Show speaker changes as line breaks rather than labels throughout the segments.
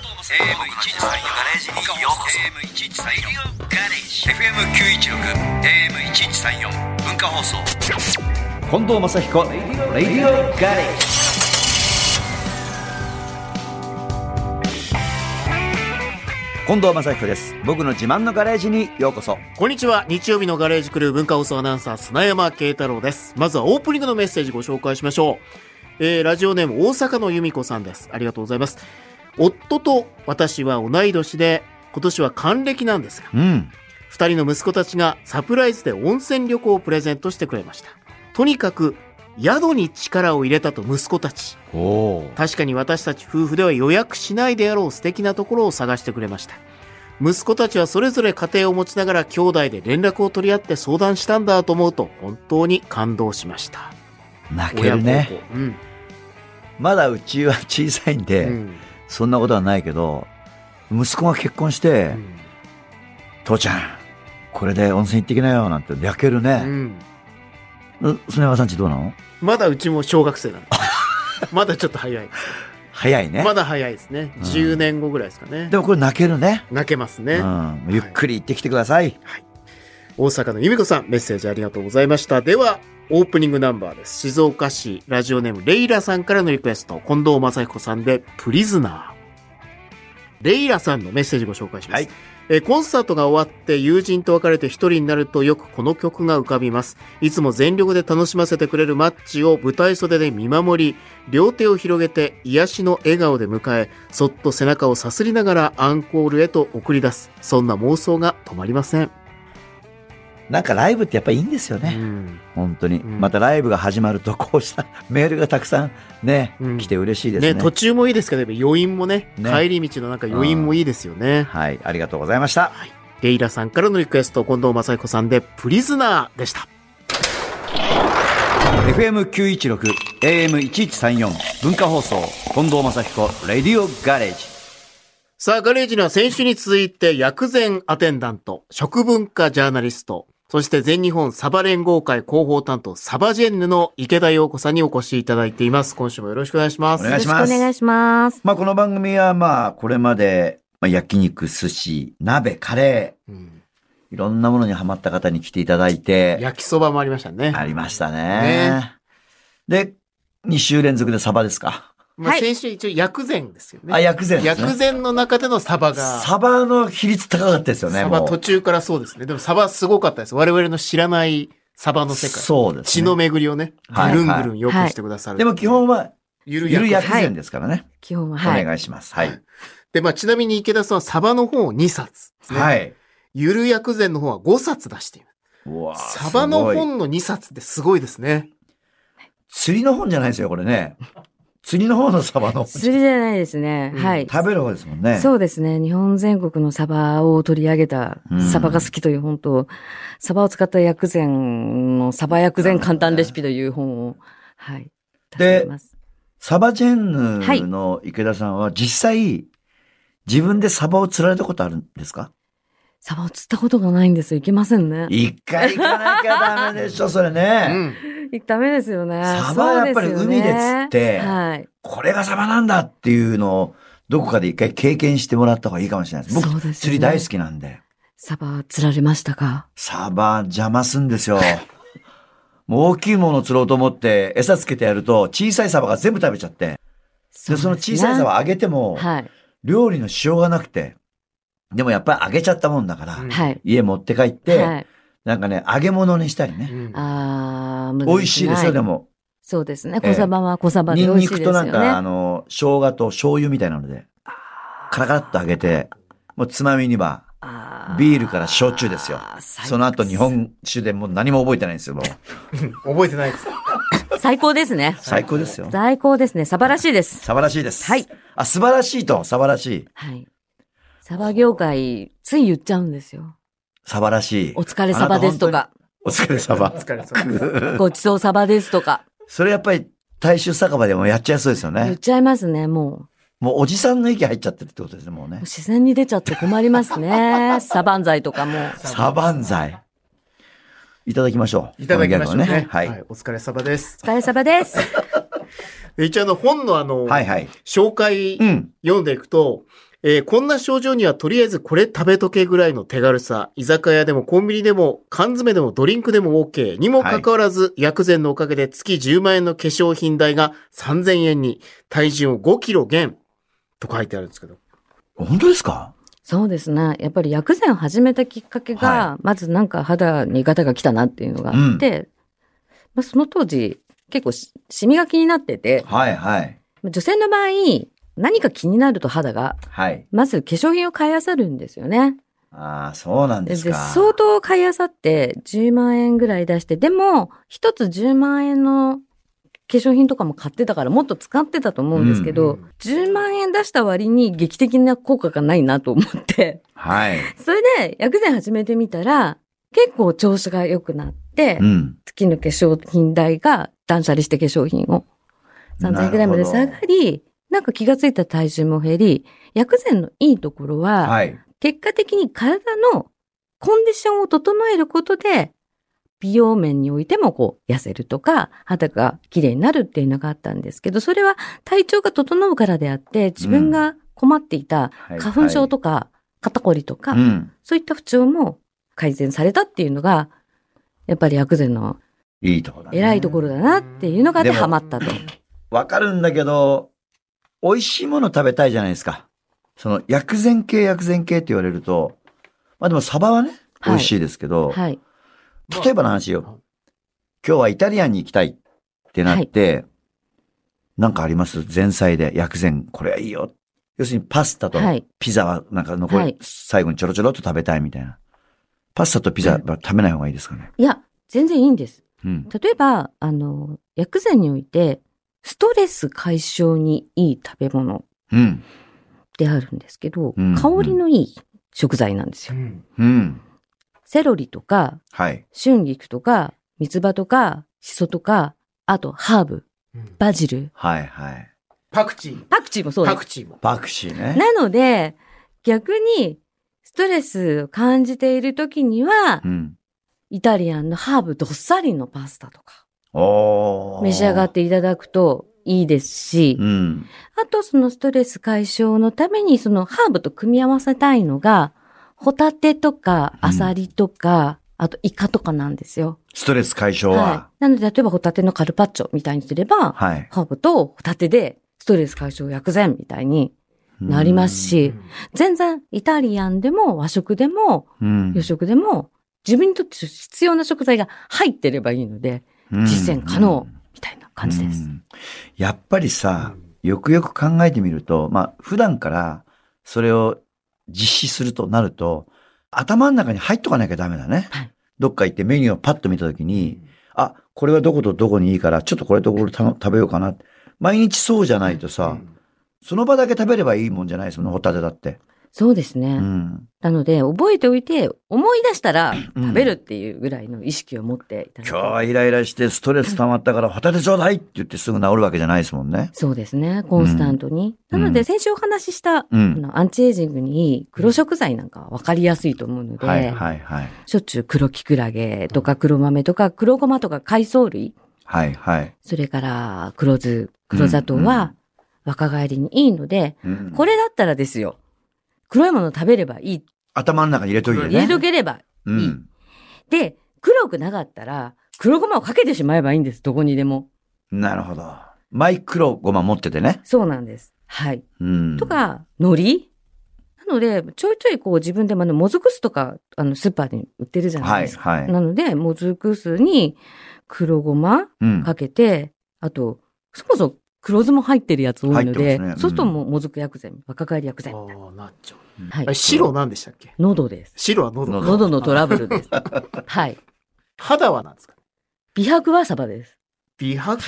AM113 ガレージにようこそ AM113 ガレージ FM916 AM1134 文化放送
近藤正彦レディオガレージ近藤正彦です僕の自慢のガレージにようこそ
こんにちは。日曜日のガレージクルー文化放送アナウンサー、砂山慶太郎です。まずはオープニングのメッセージご紹介しましょう。えー、ラジオネーム大阪の由美子さんです。ありがとうございます。夫と私は同い年で、今年は還暦なんですが、
うん
二人の息子たちがサプライズで温泉旅行をプレゼントしてくれました。とにかく、宿に力を入れたと息子たち。
おお
確かに私たち夫婦では予約しないであろう素敵なところを探してくれました息子たちはそれぞれ家庭を持ちながら兄弟で連絡を取り合って相談したんだと思うと本当に感動しました
泣けるね
親孝行うん、
まだうちは小さいんで、
うん
そんなことはないけど息子が結婚して、
うん
父ちゃんこれで温泉行ってきなよなんて泣ける
う
ね、
ん
うん、砂山さんちどうなの
まだうちも小学生 なんでまだちょっと早いです
早いね、
まだ早いですね
うん
10年後ぐらいですかね
でもこれ泣けるね
泣けますね、
うん、ゆっくり行ってきてください、
大阪の由美子さん、メッセージありがとうございました。では、オープニングナンバーです。静岡市ラジオネームレイラさんからのリクエスト、近藤正彦さんで、プリズナー。レイラさんのメッセージご紹介しま
は
す。
い
えーコンサートが終わって友人と別れて一人になるとよくこの曲が浮かびます。いつも全力で楽しませてくれるマッチを舞台袖で見守り、両手を広げて癒しの笑顔で迎え、そっと背中をさすりながらアンコールへと送り出す。そんな妄想が止まりません。
なんかライブってやっぱいいんですよね、
うん
本当に、
うん
またライブが始まるとこうした メールがたくさんね、
うん
来て嬉しいですね
ね、途中もいいですけど、やっぱ余韻もね、
ね
帰り道のなんか余韻もいいですよね。
はいありがとうございました
レイラさんからのリクエスト、近藤正彦さんで、プリズナーでした。
FM916 AM1134 文化放送近藤正彦レディオガレージ
さあ、ガレージには先週に続いて、薬膳アテンダント、食文化ジャーナリスト、そして全日本サバ連合会広報担当、サバジェンヌの池田陽子さんにお越しいただいています。今週もよろしくお願いします。
お願いします
よろしくお願いします。
まあこの番組はまあこれまでまあ焼肉寿司鍋カレ
うん
ーいろんなものにハマった方に来ていただいて
焼きそばもありましたね。
ありましたね
ね
で2週連続でサバですか、
まあ、
はい
先週一応薬膳ですよね。
あ薬膳ですね
薬膳の中でのサバが。
サバの比率高かったですよね
サバ
もう
途中からそうですね。でもサバすごかったです。我々の知らないサバの世界。
そうです、ね、
血の巡りをね、ぐ
はい
るんぐるんよくしてくださる。
でも基本、は
ゆる
ゆ
や
る
く。
薬膳ですからね、
基本は、はい。
お願いしますはい
で、まあちなみに池田さんはサバの本を2冊ですね。
はい、
ゆる薬膳の本は5冊出している。
うわー
サバの
すごい
本の2冊ってすごいですね。
釣りの本じゃないですよこれね釣りの方のサバの本
釣りじゃないですね。
うん
はい。
食べる方ですもんね
そうですね。日本全国のサバを取り上げた
うん、
サバが好きという本と、サバを使った薬膳のサバ薬膳簡単レシピという本を、はい。出しています。
サバジェンヌの池田さんは実際、自分でサバを釣られたことあるんですか
サバを釣ったことがないんですよ。いけません ね。
一回行かなきゃダメでしょ、それ
う
ね。
ん。
ダメですよね。
サバはやっぱり
そうすよね
海で釣って
はい。
これがサバなんだっていうのを、どこかで一回経験してもらった方がいいかもしれないです。
そう
僕、
ですね
釣り大好きなんで。
サバ釣られましたか
サバ邪魔すんですよ。もう大きいものを釣ろうと思って、餌つけてやると、小さいサバが全部食べちゃって、で、その小さいサ
は、
バ揚げても、
はい。
料理のしようがなくて、でもやっぱり揚げちゃったもんだから、
うん
はい。
家持って帰って、
はい。
なんかね、揚げ物にしたりね。
うん
あー、無理
美味しいですよ、
な
でも。
そうですね。
ええ
小サバは小サバで
ニ
美
ン
味
ニ
しい
ク
です
とな
よ
ん
ね。
か、あの、生姜と醤油みたいなので、カラカラっと揚げて、もうつまみには、
あ
ビールから焼酎ですよ
最
その後日。本酒でもう何も覚えてないんですよ、もう。
覚えてないです。
最高ですね。
最高ですよ。
最高ですね。サバらしいです。
サバらしいです。
はい。
あ、素晴らしいと、サバらしい。
はい。サバ業界、つい言っちゃうんですよ。
サバらしい。
お疲れサバですとか、
お疲れサ
お
バ。
疲れ様です。
ごちそうサバですとか、
それやっぱり、大衆酒場でもやっちゃいそうですよ
言っ
ね。
ちゃいますね、も
もうおじさんの息入っちゃってるってことですね、もう
う。
ね。
自然に出ちゃって困りますね。サバンザイとかも。
サバンザイ。いただきましょう。
いただきましょう
このギャ
ね。
グをはい。
お疲れ様です。
お疲れサバです。
一応あの本のあの、
はいはい。
紹介
うん。
読んでいくと、えーこんな症状にはとりあえずこれ食べとけぐらいの手軽さ。居酒屋でもコンビニでも缶詰でもドリンクでも OK。にもかかわらず、薬膳のおかげで月10万円の化粧品代が3000円に、体重を5キロ減と書いてあるんですけど。
本当ですか
そうですね。やっぱり薬膳を始めたきっかけが、
は
まずなんか肌にガタが来たなっていうのがあって、まあ、その当時、結構しシミが気になってて、
はいはい。
女性の場合、何か気になると肌が、
はい。
まず化粧品を買い漁るんですよね。
ああ、そうなん
で
ですか。
相当買い漁って10万円ぐらい出して、でも、一つ10万円の化粧品とかも買ってたから、もっと使ってたと思うんですけ
う
ど、
ん
10万円出した割に劇的な効果がないなと思って。
はい。
それで薬膳始めてみたら、結構調子が良くなって、
うん。
月の化粧品代が断捨離して化粧品を
なる
3000g
ほ
で
ど
下がり、なんか気がついた体重も減り、薬膳のいいところは、
はい。
結果的に体のコンディションを整えることで、美容面においてもこう痩せるとか、肌が綺麗になるっていうのがあったんですけど、それは体調が整うからであって、自分が困っていた
はい
花粉症とか、肩こりとか、
はいうん。
そういった不調も改善されたっていうのが、やっぱり薬膳の
いいとこだね。
偉いところだなっていうのがあって
でも
ハマったと。
わかるんだけど、美味しいもの食べたいじゃないですか。その、薬膳系、薬膳系って言われると、まあでもサバはね、
はい
美味しいですけど、
はい。
例えばの話よ、今日はイタリアンに行きたいってなって、なんかあります前菜で、薬膳、これはいいよ。要するにパスタと
はい
ピザはなんか残り、
はい
最後にちょろちょろっと食べたいみたいな。パスタとピザは食べない方がいいですかね。
いや、全然いいんです。
うん。
例えば、あの、薬膳において、ストレス解消にいい食べ物
うん。
であるんですけど、
うん
香りのいい食材なんですよ。
うん。
セロリとか、
はい。
春菊とか、三つ葉とか、シソとか、あと、ハーブ、バジル、
はいはい。
パクチー。
パクチーもそうです
パク。チーも。
パクチーね。
なので、逆に、ストレスを感じている時には
う、ん。
イタリアンのハーブどっさりのパスタとか、
おー
召し上がっていただくといいですし
う、ん。
あとそのストレス解消のために、そのハーブと組み合わせたいのが、ホタテとか、
うん
アサリとか、あとイカとかなんですよ。
ストレス解消
は
は。
い。なので、例えばホタテのカルパッチョみたいにすれば、
はい。
ハーブとホタテでストレス解消薬膳みたいになりますし、全然イタリアンでも和食でも
うん、
洋食でも自分にとって必要な食材が入ってればいいので、
うん
実践可能みたいな感じで
う
す。
んやっぱりさ、よくよく考えてみると、まあ、普段からそれを実施するとなると、頭の中に入っとかなきゃダメだね。
はい
どっか行ってメニューをパッと見たときに、あ、これはどことどこにいいから、ちょっとこれとこれた食べようかな。毎日そうじゃないとさ、その場だけ食べればいいもんじゃないですもんね、ホタテだって。
そうですね。
うん。
なので、覚えておいて、思い出したら
うん
食べるっていうぐらいの意識を持っていただ
今
く。
日はイライラしてストレス溜まったからホタテちょうだいって言ってすぐ治るわけじゃないですもんね。
そうですね。コンスタントに。
うん
なので、先週お話しした、
う
あ
ん。
のアンチエイジングにいい黒食材なんかは分かりやすいと思うので、
はいはいはい。
しょっちゅう黒キクラゲとか黒豆とか黒ごまとか海藻類、
はいはい。
それから黒酢、黒砂糖は若返りにいいので、
うん
これだったらですよ。黒いもの食べればいい。
頭の中に入れといてね。
入れとければ。
うん。
で、黒くなかったら、黒ごまをかけてしまえばいいんです。どこにでも。
なるほど。マイクロごま持っててね。
そうなんです。はい。
うん。
と。か、海苔なので、ちょいちょいこう自分でもあの、もずく酢とか、あの、スーパーで売ってるじゃない
は
で
い
すか。
はい。
なので、もずく酢に黒ごま
うん。
かけて、あと、そもそも黒酢も入ってるやつ多い
入っ
ので、
てますねうん
そうするともうもずく薬膳、若返り薬膳みたいな。
ああ、なっちゃう。
はい
あれ。白なんでしたっけ
喉です。
白は喉
喉のトラブ ルです。はい。
肌はなんですか
美白はサバです。
美白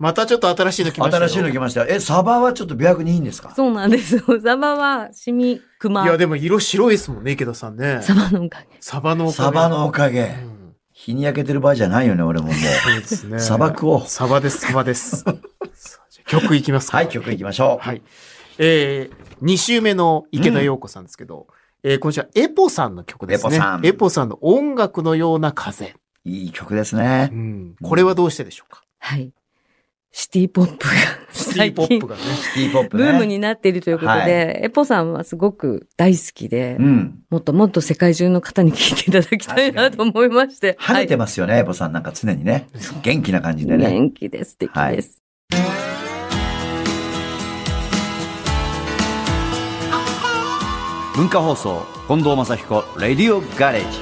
またちょっと新しいの来ましたよ。
新しいの来ましたよ。え、サバはちょっと美白にいいんですか
そうなんです。サバはシミ、クマ
い。や、でも色白いですもんね、池田さんね。
サバのおかげ。
サバのおかげ
サバのおかげ。
うん
日に焼けてる場合じゃないよね、俺もも
そうですね。
う。サバ食おう。
サバです、サバです。さあじゃあ曲いきますか。
はい、曲行きましょう。
はい。えー、2週目の池田陽子さんですけど、えー今週はエポさんの曲ですね。
エポさん
エポさんの音楽のような風。
いい曲ですね
う。ん。これはどうしてでしょうか
はい。シティポップが
シティ
最
ポッ
近
プがね。
シティポップ
ブ
ね。
ームになっているということで、エポさんはすごく大好きで、
うん。
もっともっと世界中の方に聞いていただきたいなと思いまして。
跳ねてま
ま
すよね、エボさんなんか常にね。元気な感じでね。
元気です。素敵です。
文化放送、近藤正彦、レディオガレージ。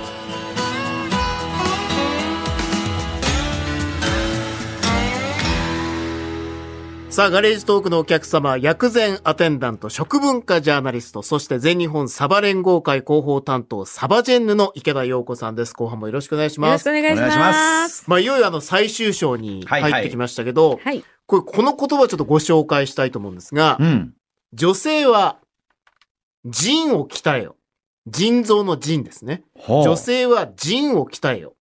さあ、ガレージトークのお客様、薬膳アテンダント、食文化ジャーナリスト、そして全日本サバ連合会広報担当、サバジェンヌの池田陽子さんです。後半もよろしくお願いし
よ
ま
ろしく
す。
お願いし
お願いし
ま。
ますす
まあ、いよいよあの、最終章に入ってきましたけど、
はい。
これ、この言葉をちょっとご紹介したいと思うんですが、
うん。
女性は、腎を鍛えよ。腎臓の腎ですね。
ほう
女性は腎を鍛えよ。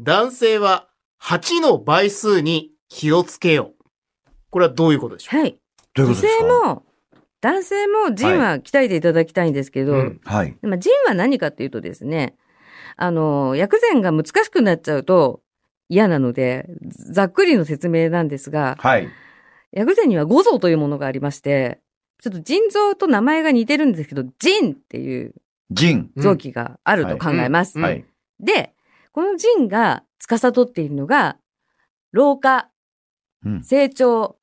男性は8の倍数に気をつけよ。これはどういうことでしょ
はい。
どういう
女
ことで
性
すか
も、男性も腎は鍛えていただきたいんですけ
う
ど、
うん
はい。
まあ、腎は何かというとですね、あの、薬膳が難しくなっちゃうと嫌なので、ざっくりの説明なんですが、
はい。
薬膳には五臓というものがありまして、ちょっと腎臓と名前が似てるんですけど、腎っていう
ジン。
臓器があると考えます。
うん
はい。
で、この腎が司っているのが、老化、
うん。
成長、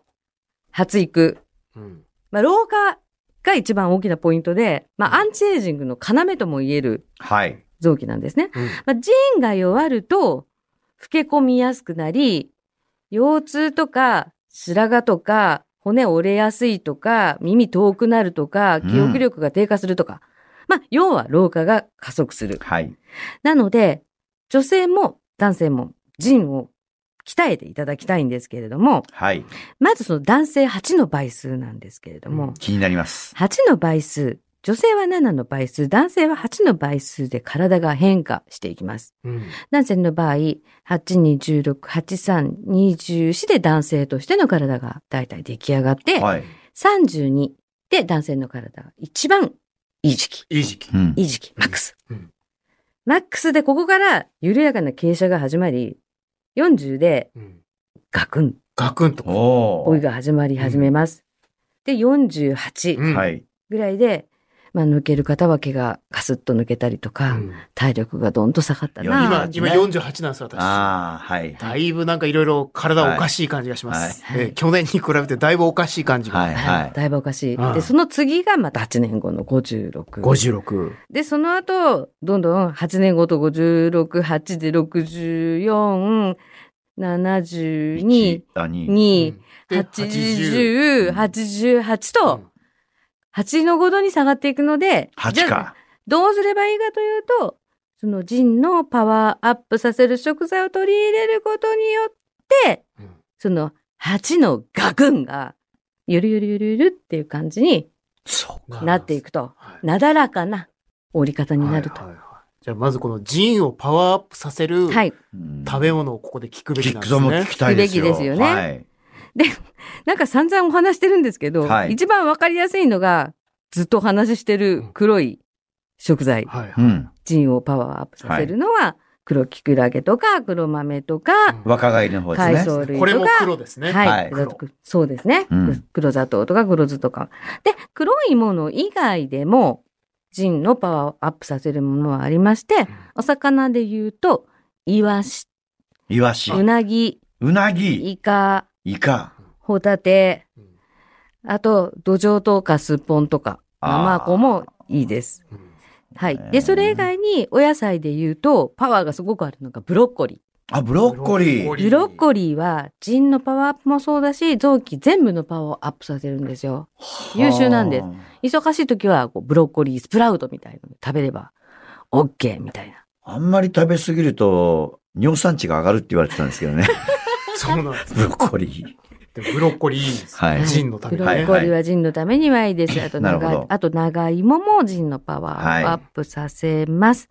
発育。
うん
まあ、老化が一番大きなポイントで、まあ、アンチエイジングの要とも言える
はい。
臓器なんですね。
うん
まあ、腎が弱ると、老け込みやすくなり、腰痛とか、白髪とか、骨折れやすいとか、耳遠くなるとか、
うん
記憶力が低下するとか、まあ、要は老化が加速する。
はい。
なので、女性も男性も腎を鍛えていただきたいんですけれども、
はい。
まずその男性8の倍数なんですけれど
う
も、
ん
気になります。
8の倍数、女性は7の倍数、男性は8の倍数で体が変化していきます。
うん
男性の場合、8、2、16、8、3、24で男性としての体がだいたい出来上がって、
はい。
32で男性の体が一番いい時期。
いい時期。
うん。
いい時期、マックス。
うん
マックスでここから緩やかな傾斜が始まり、40で
うん
ガクン、
ガクンと。
お
追い
ー。
が始まり始めます。で、48
うん
はい。
ぐらいで、まあ抜ける方は毛がガスッと抜けたりとか、
うん
体力がどんと下がった
あ
な
今
ー、
今
ね
48なんです、私。
ああ、はい。
だいぶなんかいろいろ体おかしい感じがします。
はいはい
えー去年に比べてだいぶおかしい感じが。
はい。
は、
はいい。
だいぶおかしい。
うん
で、その次がまた8年後の56。
56。
で、その後、どんどん8年後と56、8で64、72、
あ、に。
2、
で
80、
80
88と、8の5度に下がっていくので、じ
8
ゃあ
か。
どうすればいいかというと、その腎のパワーアップさせる食材を取り入れることによって、
うん
その8のガクンが、ゆるゆるゆるゆるっていう感じに
そ
なっていく。と、
はい
なだらかな折り方になると
はい。はいはいじゃあまずこのジンをパワーアップさせる
はい。
う。うん
食べ物をここで聞くべき
聞
なん
く
です
ぞ
ね。
も聞きたいですよ。
聞くべきですよね
はい。
なんか散々お話してるんですけど、
はい
一番わかりやすいのが、ずっとお話ししてる黒い食材、
はいは
う
い。
ん。
腎をパワーアップさせるのは、黒きくらげとか、黒豆とか、
うん
若返りの方ですね。
海藻類
これ
と
も
か、
黒ですね。
はい、
はい
そうですね、
うん
黒砂糖とか黒酢とか。で、黒いもの以外でも、腎のパワーをアップさせるものはありまして、お魚で言うと、イワシ、
イワシ、
うなぎ、
うなぎ、
イカ、
イカ、
ホタテ、
うん
あと、土壌とかスッポンとか、
あー
ナマコもいいです。
うん
はい
ね。
で、それ以外にお野菜で言うと、パワーがすごくあるのがブロッコリー。
あ、ブロッコリ
ブロッコ
ー。
リー
ブロッコリーは腎のパワーアップもそうだし、臓器全部のパワーをアップさせるんですよ。優秀なんです
は
忙しい時はこうブロッコリースプラウトみたいなの食べれば OK みたいな。
あ。あんまり食べ過ぎると、尿酸値が上がるって言われてたんですけど ね。
そうなんです。
ブロッコリ
でもブロッコリーいいです。
はい
ジンのため
ブ
に
ロッ
ね。
コリーは腎のためにはいいです。あと
なる
長
ほ
い
ど、
あと長芋も腎のパワーをアップさせます。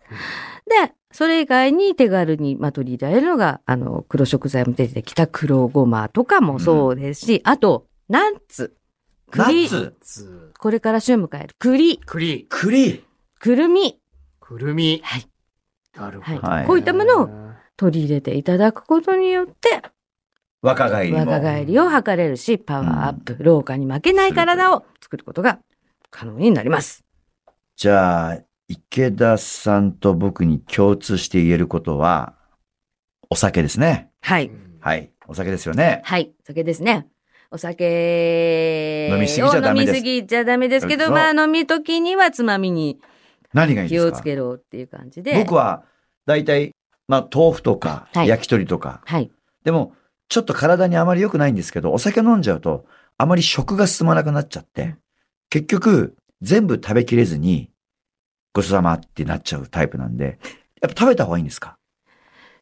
で、それ以外に手軽に、まあ、取り入れられるのが、あの、黒食材も出てきた黒ごまとかもそうですし、あと、ナッツ。
ー。ナ
栗
ッ。ツ、
つ
これから旬を迎える栗、
栗、
栗。
くるみ。
くるみ。
はい。
なるほど。
はい
こういったものを取り入れていただくことによって、
若返りも。
若返りを図れるし、パワーアップ、老化に負けない体を作ることが可能になります。
じゃあ、池田さんと僕に共通して言えることは、お酒ですね。
はい。
はい。お酒ですよね。
はい。お酒ですね。お酒を
飲みすぎちゃダメです
飲みすぎちゃダメですけ
そ
ど、
う
まあ飲み時にはつまみに
何がいいで
気
す
を
か
つけろっていう感じで。
僕
は。
は、だいたい、まあ、豆腐とか、
はい
焼き鳥とか。
はい。
でも、ちょっと体にあまり良くないんですけど、お酒飲んじゃうと、あまり食が進まなくなっちゃって、結局、全部食べきれずに、ごちそうさまってなっちゃうタイプなんで、やっぱ食べた方がいいんですか、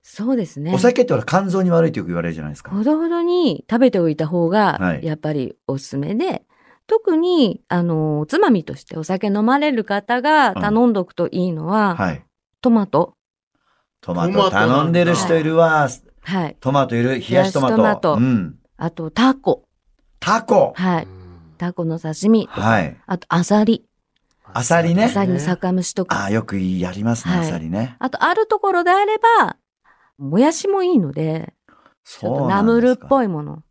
そうですね。
お酒ってほら肝臓に悪いってよく言われるじゃないですか。
ほどほどに食べておいた方
は
が、
い
やっぱりおすすめで、特に、あの、おつまみとしてお酒飲まれる方が頼んどくといいのは、
はい。
トマト。
トマ
トマ
ト
トなんだ
頼んでる人いるわ。
はい。
トマトいる。冷やしトマト。
冷やしトマト
うん。
あと、タコ。
タコ。
はい。タコの刺身。
はい。
あと、アサリ。
アサリね
アサリの酒蒸しと
あ
か。
あ、よくやりますね、
はい
アサリね。
あと、あるところであれば、もやしもいいので、ちょっとナムルっ
い。
ぽいもの。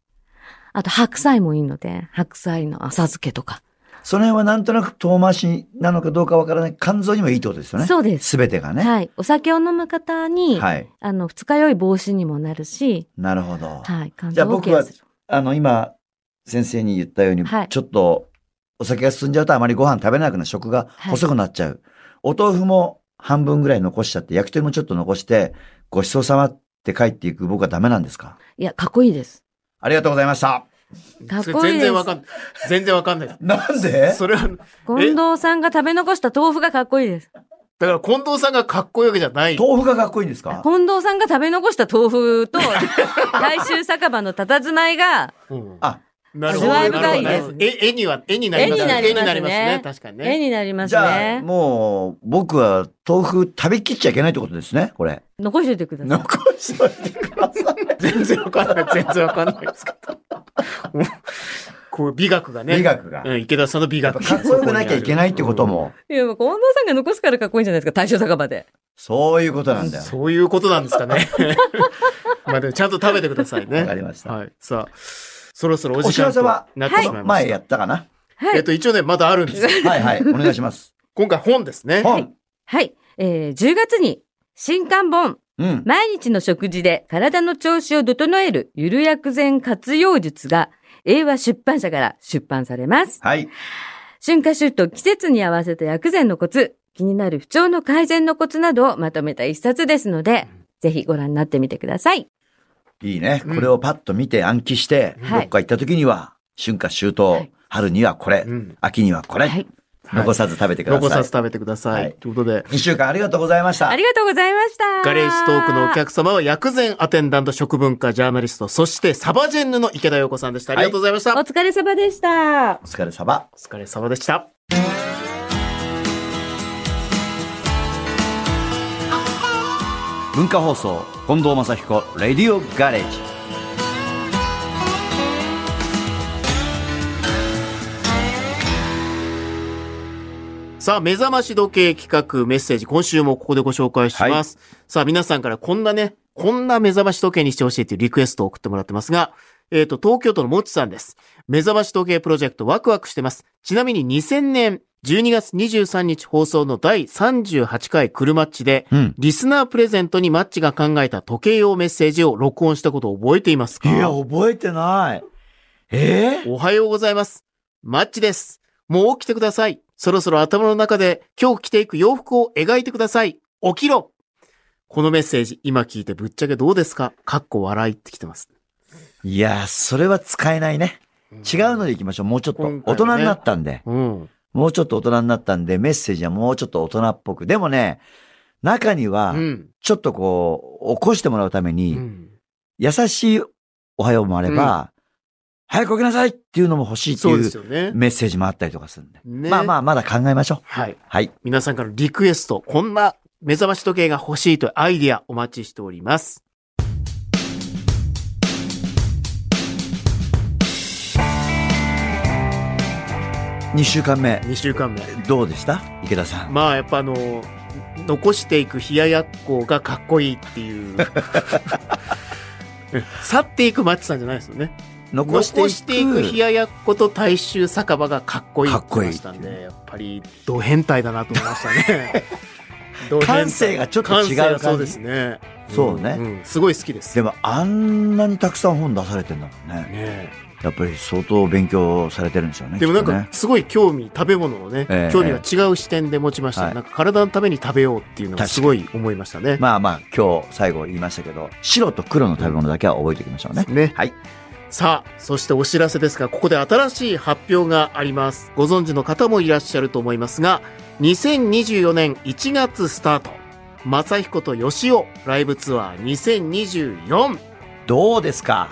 あと、白菜もいいので、白菜の浅漬けとか。
その辺はなんとなく遠回しなのかどうかわからない。肝臓にもいいってことですよね。
そうです。
すべてがね。
はい。お酒を飲む方に、
はい。
あの、二日酔い防止にもなるし、
なるほど。
はい、肝
じゃあ
臓を
僕
ケア
は
する。
あの、今、先生に言ったように、
はい
ちょっと、お酒が進んじゃうとあまりご飯食べなくなる食が
はい
細くなっちゃう。お豆腐も半分ぐらい残しちゃって、焼き鳥もちょっと残して、ごちそうさまって帰っていく僕はダメなんですか
いや、かっこいいです。
ありがとうございました。
かっこいいです
それ全然わかんない。全然わかんない。
なんで
それは、だか
近藤さんが食べ残した豆腐がかっこいいです。
ら近藤さんがかっこいいわけじゃない。
豆腐がかっこいいんですか
近藤さんが食べ残した豆 腐と、大衆酒場の佇まいが、
うん
あ、
なるほ
味
ど。
わい深い
です
なるほどね絵絵には、絵になりますね。
絵になりますね
確かに
絵
ね。
になります
じゃあ、
ね。
もう、僕は豆腐食べきっちゃいけないってことですね、これ。
残しといてくださ い。
残しといてください。
全然わかんない。全然わかんないですけ ど。もうこう美学がね。
美学が。
うん、池田さんの美
やっ
学
ぱかっこよくなきゃいけないってこと。も、
いや、もう近藤さんが残すからかっこいいんじゃないですか、大衆酒場で。
そういうことなんだよ。
そういうことなんです かね。まあでもちゃんと食べてくださいね。
わかりました
はい。さあ、そろそろお
お
時
知
間
らせ
と
は、
なってしまいまし
前
た。
やったかな
は
えっ
い。
と、一応ね、まだあるんですよ。
はいはい、お願いします。
今回本ですね。
本。
はい。えー、10月に、新刊本、
うん。
毎日の食事で体の調子を整えるゆる薬膳活用術が、英和出版社から出版されます。
はい。
春夏秋冬季節に合わせた薬膳のコツ、気になる不調の改善のコツなどをまとめた一冊ですので、ぜひご覧になってみてください。
いいね。
うん
これをパッと見て暗記して、ど
はい
っか行った時には、春夏秋
は
冬
い、
春にはこれ
う、ん
秋にはこれ
はい、
残さず食べてくだ
残
さ
さ
い
ず。食べてくださ
はい
い。ということで、
2週間ありがとうございました
あ。りがとうございました。
ガレージトークのお客様は薬膳アテンダント食文化ジャーナリスト、そしてサバジェンヌの池田陽子さんでした。ありがとうございました。
お疲れ様でした
お。疲れ様。
お疲れ様でした。
文化放送近藤正彦「レディオガレージ」
さあ、目覚まし時計企画メッセージ、今週もここでご紹介します。さあ、皆さんからこんなね、こんな目覚まし時計にしてほしいというリクエストを送ってもらってますが、えっ、と、東京都のもちさんです。目覚まし時計プロジェクトワクワクしてます。ちなみに2000年12月23日放送の第38回クルマッチで、
うん
リスナープレゼントにマッチが考えた時計用メッセージを録音したことを覚えています
い
か
や覚えてないええ
おはようございます。マッチです。もう起きてください。そろそろ頭の中で今日着ていく洋服を描いてください。起きろこのメッセージ、今聞いてぶっちゃけどうですかかっこ笑いってきてます。
いやそれは使えないね違うのでいきましょうもうちょっと
今
大
回
人
はね
になったんで
うん。
もうちょっと大人になったんでメッセージはもうちょっと大人っぽくでもね中に
う
は
ん。
ちょっとこう起こしてもらうため
う
に
ん。
優しいおはようもあれば早く起きなさいっていうのも欲しいって
そうで
い
す
う
よね。
メッセージもあったりとかするんで
ね
まあまあまだ考えましょう
はい。
はい
皆さんからのリクエスト、こんな目覚まし時計が欲しいというアイディアお待ちしております。
2週間目
2週間目。
どうでした池田さん
まあやっぱあの、 残していく冷ややっこがかっこいいっていう。去っていくマッチさんじゃないですよね
残
残
していく
していく冷ややっこと大衆酒場がかっこいいって言ってましたん
かっこいい
でやっぱりド変態だなと思いまし たねド変態
感性がちょっと違う感じ
感性そうですね
そうね
んんすごい好きです
で
ね
もあんなにたくさん本出されてんだもんね
え
やっぱり相当勉強されてるんでしょうね
でもなん
きっと
か
ね
すごい興味食べ物をね、
ええ
興味が違う視点で持ちました、
はい
なんか体のために食べようっていうのがすごい思いましたね、
まあまあ今日最後言いましたけど白と黒の食べ物だけは覚えておきましょうね、
ね
はい
さあそしてお知らせですがここで新しい発表がありますご存知の方もいらっしゃると思いますが2024年1月スタート正彦と吉尾ライブツアー2024
どうですか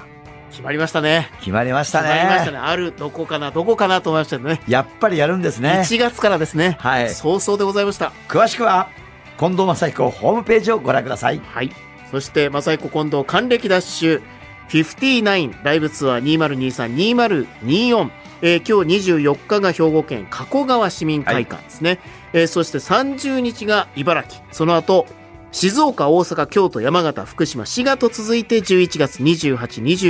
決まりましたね
決まりました
決まりました
ね
ねあるどこかなどこかなと思いましたけどね
やっぱりやるんですね
1月からですね、
はい
早々でございました
詳しくは近藤正彦ホームページをご覧ください
はい。そして、マサイコ近藤還暦ダッシュ59ライブツアー2023-2024。えー今日24日が兵庫県加古川市民会館ですね。えーそして30日が茨城。その後、静岡、大阪、京都、山形、福島、滋賀と続いて11月28、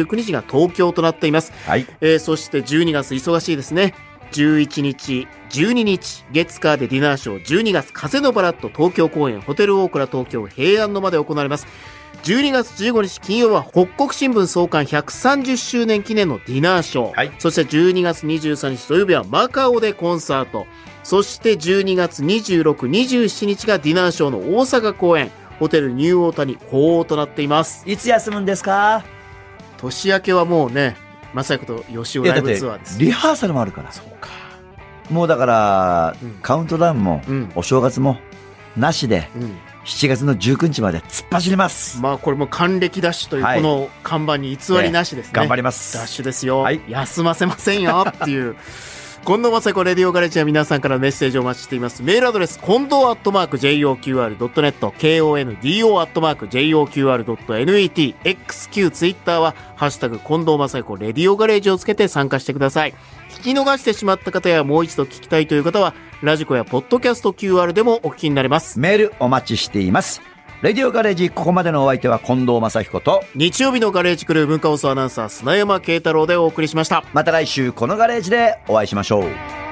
29日が東京となっています。
はい
えーそして12月忙しいですね。11日、12日、月火でディナーショー、12月、風のバラット東京公演、ホテルオークラ東京平安の間で行われます。12月15日金曜は北国新聞創刊130周年記念のディナーショー。
はい
そして12月23日土曜日はマカオでコンサート。そして12月26、27日がディナーショーの大阪公演、ホテルニューオータニ鳳凰となっています。
いつ休むんですか
年明けはもうね、まさこと吉尾
いや
ラ
だ
イ
って
ブツアーです。
リハーサルもあるから
そうか。
もうだから、
うん
カウントダウンも、
うん。
お正月もなしで
うん。
7月の19日まで突っ走ります、
まあこれも還暦ダッシュという
はい
この看板に偽りなしですね。
頑張りま
ダッ
す
シュですよ。
はい
休ませませんよっていう。近藤正子レディオガレージは皆さんからのメッセージをお待ちしています。メールアドレス、近藤アットマーク JOQR.net、KONDO アットマーク JOQR.net、XQ、ツイッターは、ハッシュタグ、近藤正子レディオガレージをつけて参加してください。聞き逃してしまった方やもう一度聞きたいという方は、ラジコやポッドキャスト QR でもお聞きになれます。
メールお待ちしていますレディオガレージここまでのお相手は近藤正彦と
日曜日のガレージクルー文化放送アナウンサー、砂山慶太郎でお送りしました。
また来週このガレージでお会いしましょう